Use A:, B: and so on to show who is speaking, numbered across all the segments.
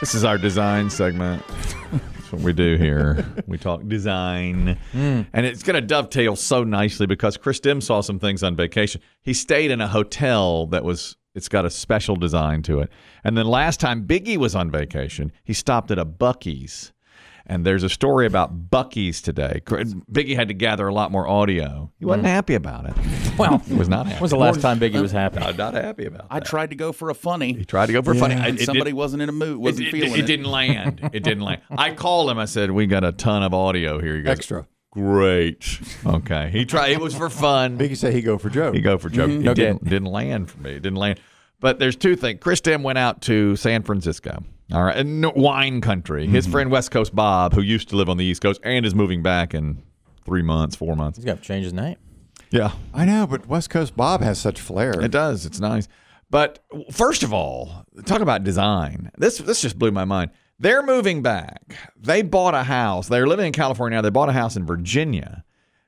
A: This is our design segment. That's what we do here. We talk design.
B: Hmm.
A: And it's going to dovetail so nicely because Chris Dim saw some things on vacation. He stayed in a hotel that was, it's got a special design to it. And then last time Biggie was on vacation, he stopped at a Bucky's. And there's a story about Bucky's today. Cr- Biggie had to gather a lot more audio. He wasn't happy about it.
B: Hmm. Well,
A: He was not happy.
B: when was the last time Biggie was happy?
A: I'm not happy about it.
C: I tried to go for a funny.
A: He tried to go for funny. I-
C: And
A: it
C: somebody
A: did-
C: wasn't in a mood,
A: it,
C: wasn't
A: it-
C: feeling
A: it didn't land. It didn't land. I called him. I said, "We got a ton of audio here. You guys,
D: Extra.
A: Great. Okay. He tried. It was for fun.
D: Biggie said he go for Joe.
A: You go for joke. It
D: No
A: didn't didn't land for me. It didn't land. But there's two things. Chris Dem went out to San Francisco. All right, and no- wine country. His friend West Coast Bob, who used to live on the East Coast and is moving back in three months, four months.
B: He's got to change his name.
A: Yeah,
D: I know, but West Coast Bob has such flair.
A: It does. It's nice. But first of all, talk about design. This this just blew my mind. They're moving back. They bought a house. They're living in California now. They bought a house in Virginia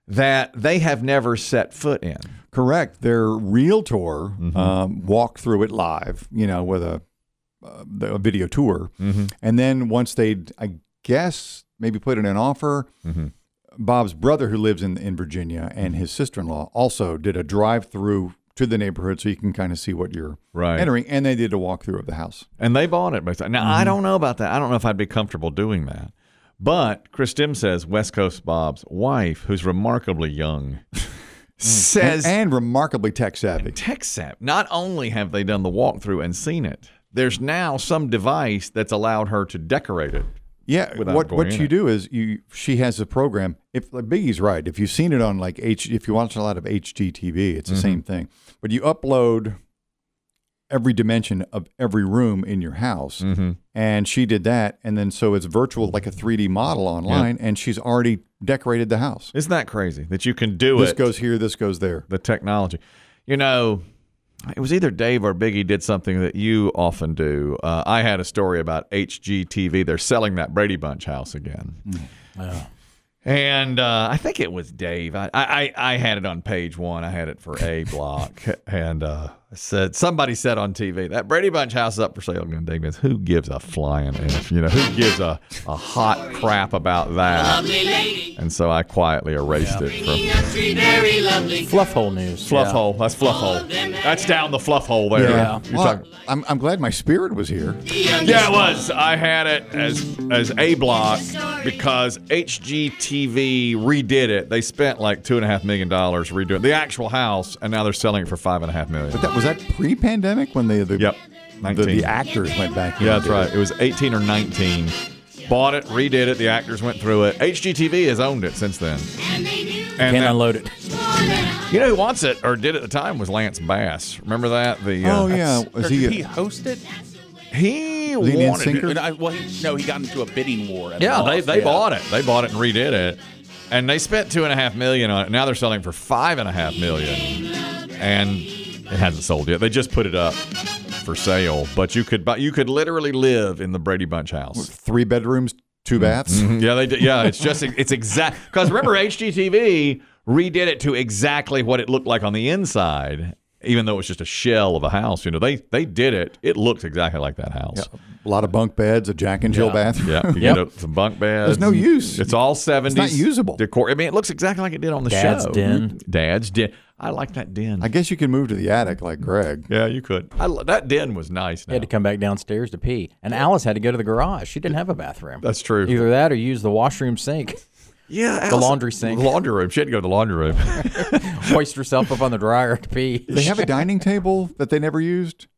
A: that they have never set foot in.
D: Correct. Their realtor um, walked through it live, you know, with a, uh, a video tour. And then once they'd, I guess, maybe put in an offer, Bob's brother, who lives in, in Virginia, and his sister in law also did a drive through to the neighborhood so you can kind of see what you're
A: Right.
D: entering. And they did a walkthrough of the house.
A: And they bought it. basically. Now, I don't know about that. I don't know if I'd be comfortable doing that. But Chris Dim says West Coast Bob's wife, who's remarkably young, says
D: and, and remarkably tech savvy.
A: TechSap, not only have they done the walkthrough and seen it, there's now some device that's allowed her to decorate it.
D: Yeah,
A: without
D: what
A: going
D: what
A: in
D: you
A: it.
D: do is you she has a program. If like Biggie's right, if you've seen it on like H, if you watch a lot of HGTV, it's the same
A: Mm-hmm.
D: thing. But you upload every dimension of every room in your house,
A: Mm-hmm.
D: and she did that, and then so it's virtual, like a 3D model online, and she's already decorated the house.
A: Isn't that crazy that you can do
D: This
A: it?
D: goes here, this goes there.
A: the technology. You know, it was either Dave or Biggie did something that you often do. Uh, I had a story about HGTV. They're selling that Brady Bunch house again. And uh, I think it was Dave. I, I I had it on page one. I had it for a block, and uh, I said somebody said on TV that Brady Bunch house is up for sale. And Dave goes, "Who gives a flying if? You know, who gives a, a hot crap about that?" And so I quietly erased it from
B: Fluff hole news.
A: Fluff hole. That's fluff hole. That's down the fluff hole there.
D: Yeah,
A: You're
D: well,
A: talking-
D: I'm, I'm glad my spirit was here.
A: yeah, it was. I had it as as a block because HGTV redid it. They spent like two and a half million dollars redoing the actual house, and now they're selling it for five and a half million.
D: That was that pre-pandemic when the the,
A: Yep,
D: the,
A: 19.
D: the actors went back. in
A: Yeah,
D: and
A: that's
D: did
A: right.
D: it.
A: It was 18 or 19. Bought it, redid it. The actors went through it. HGTV has owned it since then. And
B: Can't
A: that-
B: unload it.
A: you know who wants it or did at the time was Lance Bass. Remember that? The uh,
D: Oh yeah,
C: it. Or
D: was
C: did
D: he?
C: he host it?
A: he
D: Lead in
A: wanted it.
D: sinker?
C: And I- well, he- no, he got into a bidding war. and
A: Yeah, they,
C: lost.
A: they
C: Yeah.
A: bought it. They bought it and redid it, and they spent two and a half million on it. Now they're selling for five and a half million, and it hasn't sold yet. They just put it up for sale, but you could buy, you could literally live in the Brady Bunch house.
D: three bedrooms, two
A: Mm-hmm.
D: baths.
A: Yeah, they did. Yeah, it's just it's exact. Because remember, HGTV redid it to exactly what it looked like on the inside. Even though it was just a shell of a house, you know they they did it. It looks exactly like that house.
D: A lot of bunk beds, a Jack and Jill bathroom.
A: Yeah, you
B: Yep.
A: get a, some bunk beds.
D: There's no use.
A: It's all 70s.
D: usable.
A: Decor. I mean, it looks exactly like it did on the
B: Dad's
A: show.
B: den.
A: Dad's den. I like that den.
D: I guess you can move to the attic like Greg.
A: yeah, you could. I lo- that den was nice.
B: He
A: Now.
B: had to come back downstairs to pee, and Alice had to go to the garage. She didn't have a bathroom.
A: That's true.
B: Either that or use the washroom sink.
A: yeah,
B: the laundry sink.
A: laundry room. She had to go to the laundry room.
B: Hoist herself up on the dryer to pee.
D: They have a dining table that they never used.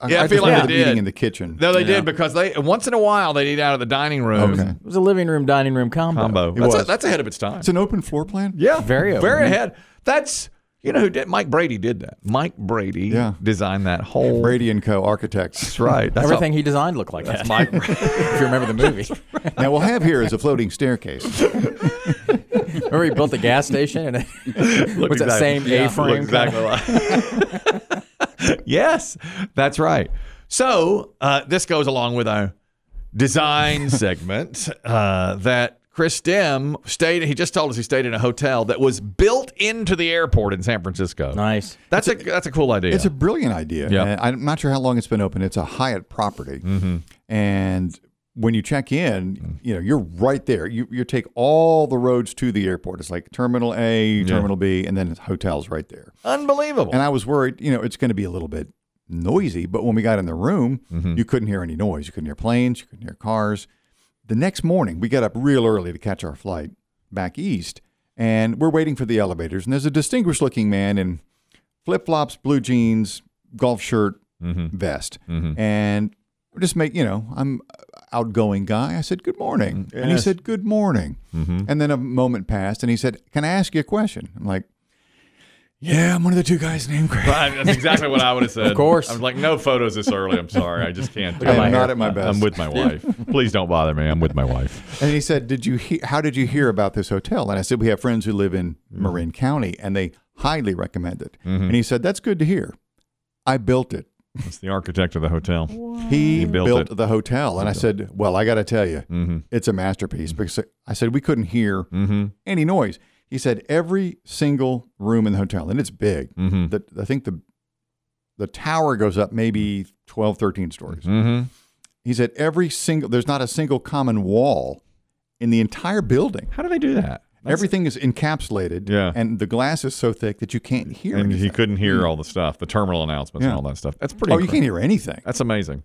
A: Yeah, I
D: just
A: feel like
D: remember
A: they
D: them
A: did.
D: eating in the kitchen.
A: no, they did because they once in a while they'd eat out of the dining room
D: Okay.
B: It was a living room, dining room combo.
A: combo. That's,
D: was.
A: a, that's ahead of its time.
D: It's an open floor plan.
A: yeah,
B: Very open.
A: very ahead. That's you know who did Mike Brady did that. Mike Brady
D: Yeah.
A: designed that whole.
D: Brady and Co. Architects.
A: That's right. That's
B: Everything he designed looked like that.
A: all- Mike.
B: if you remember the movie,
D: now we'll have here is a floating staircase.
B: remember he built the gas station and it was that same A-frame.
A: Exactly like- yes, that's right. So uh, this goes along with our design segment uh, that Chris Dim stayed. He just told us he stayed in a hotel that was built into the airport in San Francisco.
B: Nice.
A: That's a that's a cool idea.
D: It's a brilliant idea.
A: Yeah. Mm-hmm.
D: And I'm not sure how long it's been open. It's a Hyatt property. And when you check in,
A: Mm.
D: you know, you're right there. You you take all the roads to the airport. It's like terminal A, terminal B, and then it's hotels right there.
A: Unbelievable.
D: And I was worried, you know, it's going to be a little bit noisy, but when we got in the room, you couldn't hear any noise. You couldn't hear planes, you couldn't hear cars. The next morning, we got up real early to catch our flight back east, and we're waiting for the elevators. And there's a distinguished looking man in flip flops, blue jeans, golf shirt, vest. And we just make, you know, I'm outgoing guy. I said, Good morning. And he said, Good morning. And then a moment passed, and he said, Can I ask you a question? I'm like, yeah, I'm one of the two guys named Greg.
A: Right, that's exactly what I would have said. Of
B: course.
A: I was like, no photos this early. I'm sorry. I just can't. do
D: I'm
A: it.
D: not at my best.
A: I'm with my wife. Please don't bother me. I'm with my wife.
D: And he said, "Did you hear? How did you hear about this hotel?" And I said, "We have friends who live in Marin County, and they highly recommend it." And he said, "That's good to hear. I built it.
A: It's the architect of the hotel.
D: He,
A: built
D: built,
A: it. Mm-hmm.
D: the hotel." And I said, "Well, I got to tell you, it's a masterpiece." Because I said we couldn't hear any noise. He said every single room in the hotel, and it's big.
A: Mm-hmm.
D: The, I think the the tower goes up maybe 12, 13 stories.
A: Mm-hmm.
D: He said every single there's not a single common wall in the entire building.
A: How do they do that?
D: Everything is encapsulated,
A: Yeah.
D: and the glass is so thick that you can't hear
A: And
D: anything.
A: he couldn't hear all the stuff, the terminal announcements
D: Yeah.
A: and all that stuff. That's pretty.
D: oh, you
A: incredible.
D: can't hear anything.
A: That's amazing.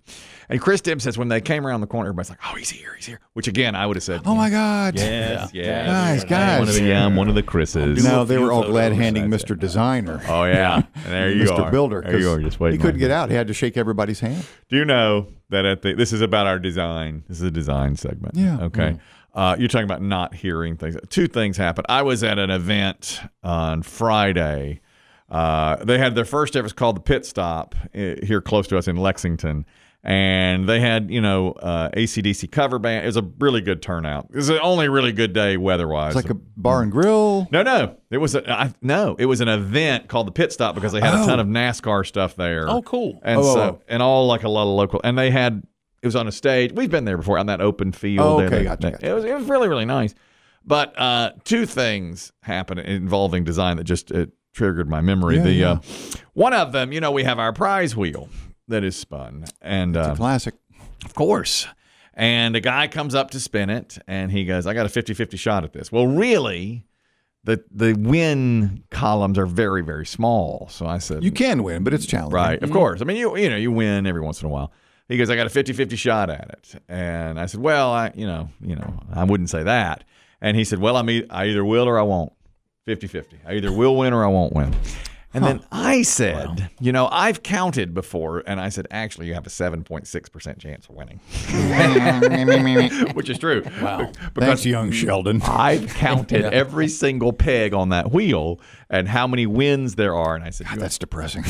A: And Chris Dibb says when they came around the corner, everybody's like, "Oh, he's here, he's here." Which again, I would have said,
D: Oh my God!
A: yes, yes,
D: Guys,
A: I'm one of
D: guys.
A: the, I'm one of the Chris's."
D: No, they were all glad handing
A: That's
D: Mr. Designer,
A: Oh yeah, and there you
D: Mr.
A: are,
D: Builder,
A: There you
D: 'cause
A: are, just
D: he
A: waiting.
D: couldn't
A: on
D: get out. He had to shake everybody's hand.
A: Do you know that at the this is about our design? This is a design segment.
D: Yeah. Mm-hmm.
A: Okay. Uh, you're talking about not hearing things. Two things happened. I was at an event on Friday. Uh, they had their first ever. It's called the Pit Stop eh, here close to us in Lexington, and they had you know uh, ACDC cover band. It was a really good turnout. It was the only really good day weather wise.
D: It's like a bar and grill.
A: No, no. It was a I, no. It was an event called the Pit Stop because they had a ton of NASCAR stuff there.
C: Oh, cool.
A: And
D: Oh,
A: so
D: oh, oh.
A: and all like a lot of local. And they had it was on a stage. We've been there before on that open field.
D: Oh,
A: there.
D: okay,
A: They-
D: gotcha,
A: they-
D: gotcha.
A: It was it was really really nice. But uh, two things happened involving design that just it triggered my memory.
D: Yeah,
A: the
D: yeah.
A: Uh, one of them, you know, we have our prize wheel that is spun, and uh,
D: Classic.
A: of course. And a guy comes up to spin it and he goes, I got a 50 50 shot at this. Well, really, the the win columns are very, very small. So I said,
D: You can Mm-hmm. win, but it's challenging.
A: Right, of course. I mean, you you know, you win every once in a while. He goes, I got a 50-50 shot at it. And I said, well, I, you know, you know, I wouldn't say that. And he said, well, I mean, I either will or I won't. 50-50. I either will win or I won't win. And then I said, you know, I've counted before, and I said, actually, you have a 7.6% chance of winning, which is true. Wow.
D: Thanks,
A: Mm,
D: young Sheldon.
A: I've counted every single peg on that wheel and how many wins there are. And I said, you have
D: That's depressing.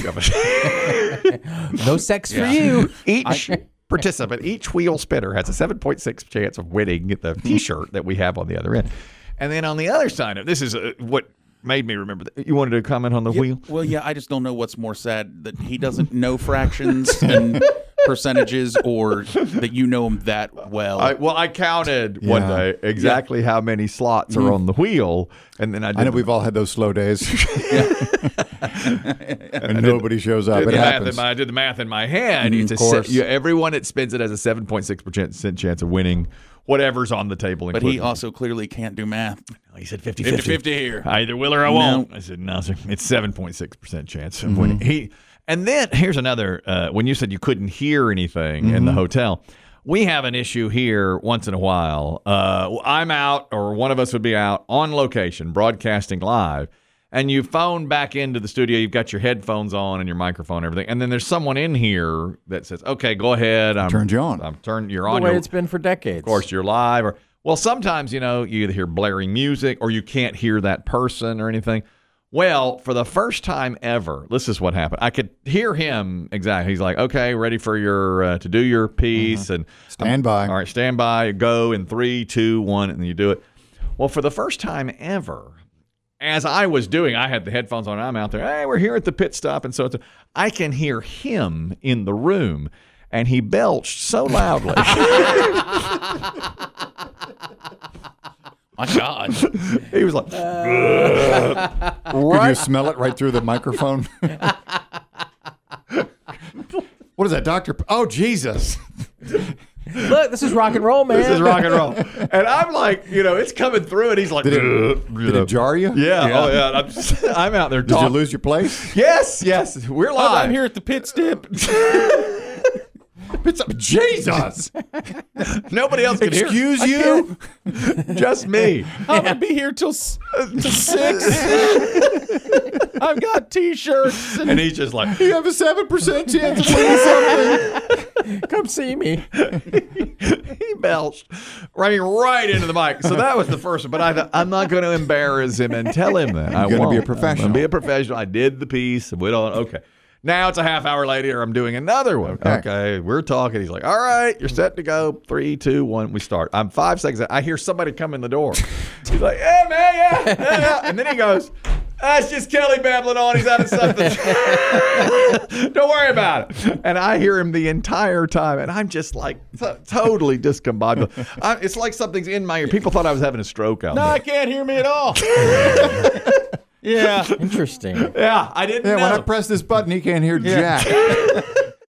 B: No sex for you.
A: Each participant, each wheel spinner has a 7.6 chance of winning the T-shirt that we have on the other end. And then on the other side of this is uh, what made me remember. That. You wanted to comment on the wheel?
C: Well, yeah, I just don't know what's more sad that he doesn't know fractions and percentages, or that you know him that well.
A: I, well, I counted one
D: Yeah.
A: day exactly how many slots are on the wheel, and then Mm-hmm. I did
D: I know
A: the-
D: we've all had those slow days, and nobody shows up.
A: did
D: It
A: the math in
D: happens.
A: my, I did the math in my head. It's a se-
B: course.
A: you- everyone that spins it has a 7.6% chance of winning whatever's on the table.
C: but he
A: including-
C: also clearly can't do math.
A: he said 50
C: 50 50 here.
A: I either will or I won't. I said, no, sir. It's 7.6% chance
D: Mm-hmm.
A: of winning. He, and then here's another uh, when you said you couldn't hear anything in
D: Mm-hmm.
A: the hotel. We have an issue here once in a while. Uh, I'm out, or one of us would be out on location, broadcasting live, and you phone back into the studio. You've got your headphones on and your microphone, and everything. And then there's someone in here that says, "Okay, go ahead. I'm
D: Turned you on.
A: I'm turned. You're
B: The
A: on.
B: way
A: your,
B: it's been for decades.
A: of course you're live or well sometimes you know you either hear blaring music or you can't hear that person or anything well for the first time ever this is what happened i could hear him exactly he's like okay ready for your uh, to do your piece and
D: Stand by.
A: all right stand by go in three two one and you do it well for the first time ever as I was doing, I had the headphones on. And I'm out there. Hey, we're here at the pit stop, and so it's. I can hear him in the room, and he belched so loudly.
C: My God.
A: He was like,
D: Could you smell it right through the microphone? what is that, Doctor? Oh, Jesus!
B: Look, this is rock and roll, man.
A: this is rock and roll. And I'm like, you know, it's coming through, and he's like,
D: Did it jar you?
A: yeah, oh yeah. And I'm, just- I'm out there
D: Did you
A: talking.
D: lose your place?
A: yes, yes, we're live.
C: I'm here at the pit stip.
D: It's up, Jesus!
A: Nobody else can hear.
D: Excuse you?
A: Just me.
C: I'm gonna be here till, s- till six. I've got T-shirts. And-
A: And he's just like,
D: You have a seven percent chance of winning something.
B: Come see me.
A: he belched right, right into the mic. So that was the first one. But I thought, I'm not going to embarrass him and tell him that. I'm
D: gonna be a
A: I'm
D: professional.
A: gonna be a professional. I did the piece. We don't. Okay. Now it's a half hour later. I'm doing another one. Okay. We're talking. He's like, all right, you're set to go. Three, two, one. We start. I'm five seconds. in. I hear somebody come in the door. He's like, yeah, man, yeah, yeah, yeah. And then he goes, that's just Kelly babbling on. He's out of something. Don't worry about it. And I hear him the entire time, and I'm just like t- totally discombobulated. I, it's like something's in my ear. People thought I was having a stroke out
C: I
A: there.
C: can't hear me at all. yeah.
B: Interesting.
A: Yeah, I didn't
D: Yeah, when I
A: know.
D: press this button, he can't hear jack.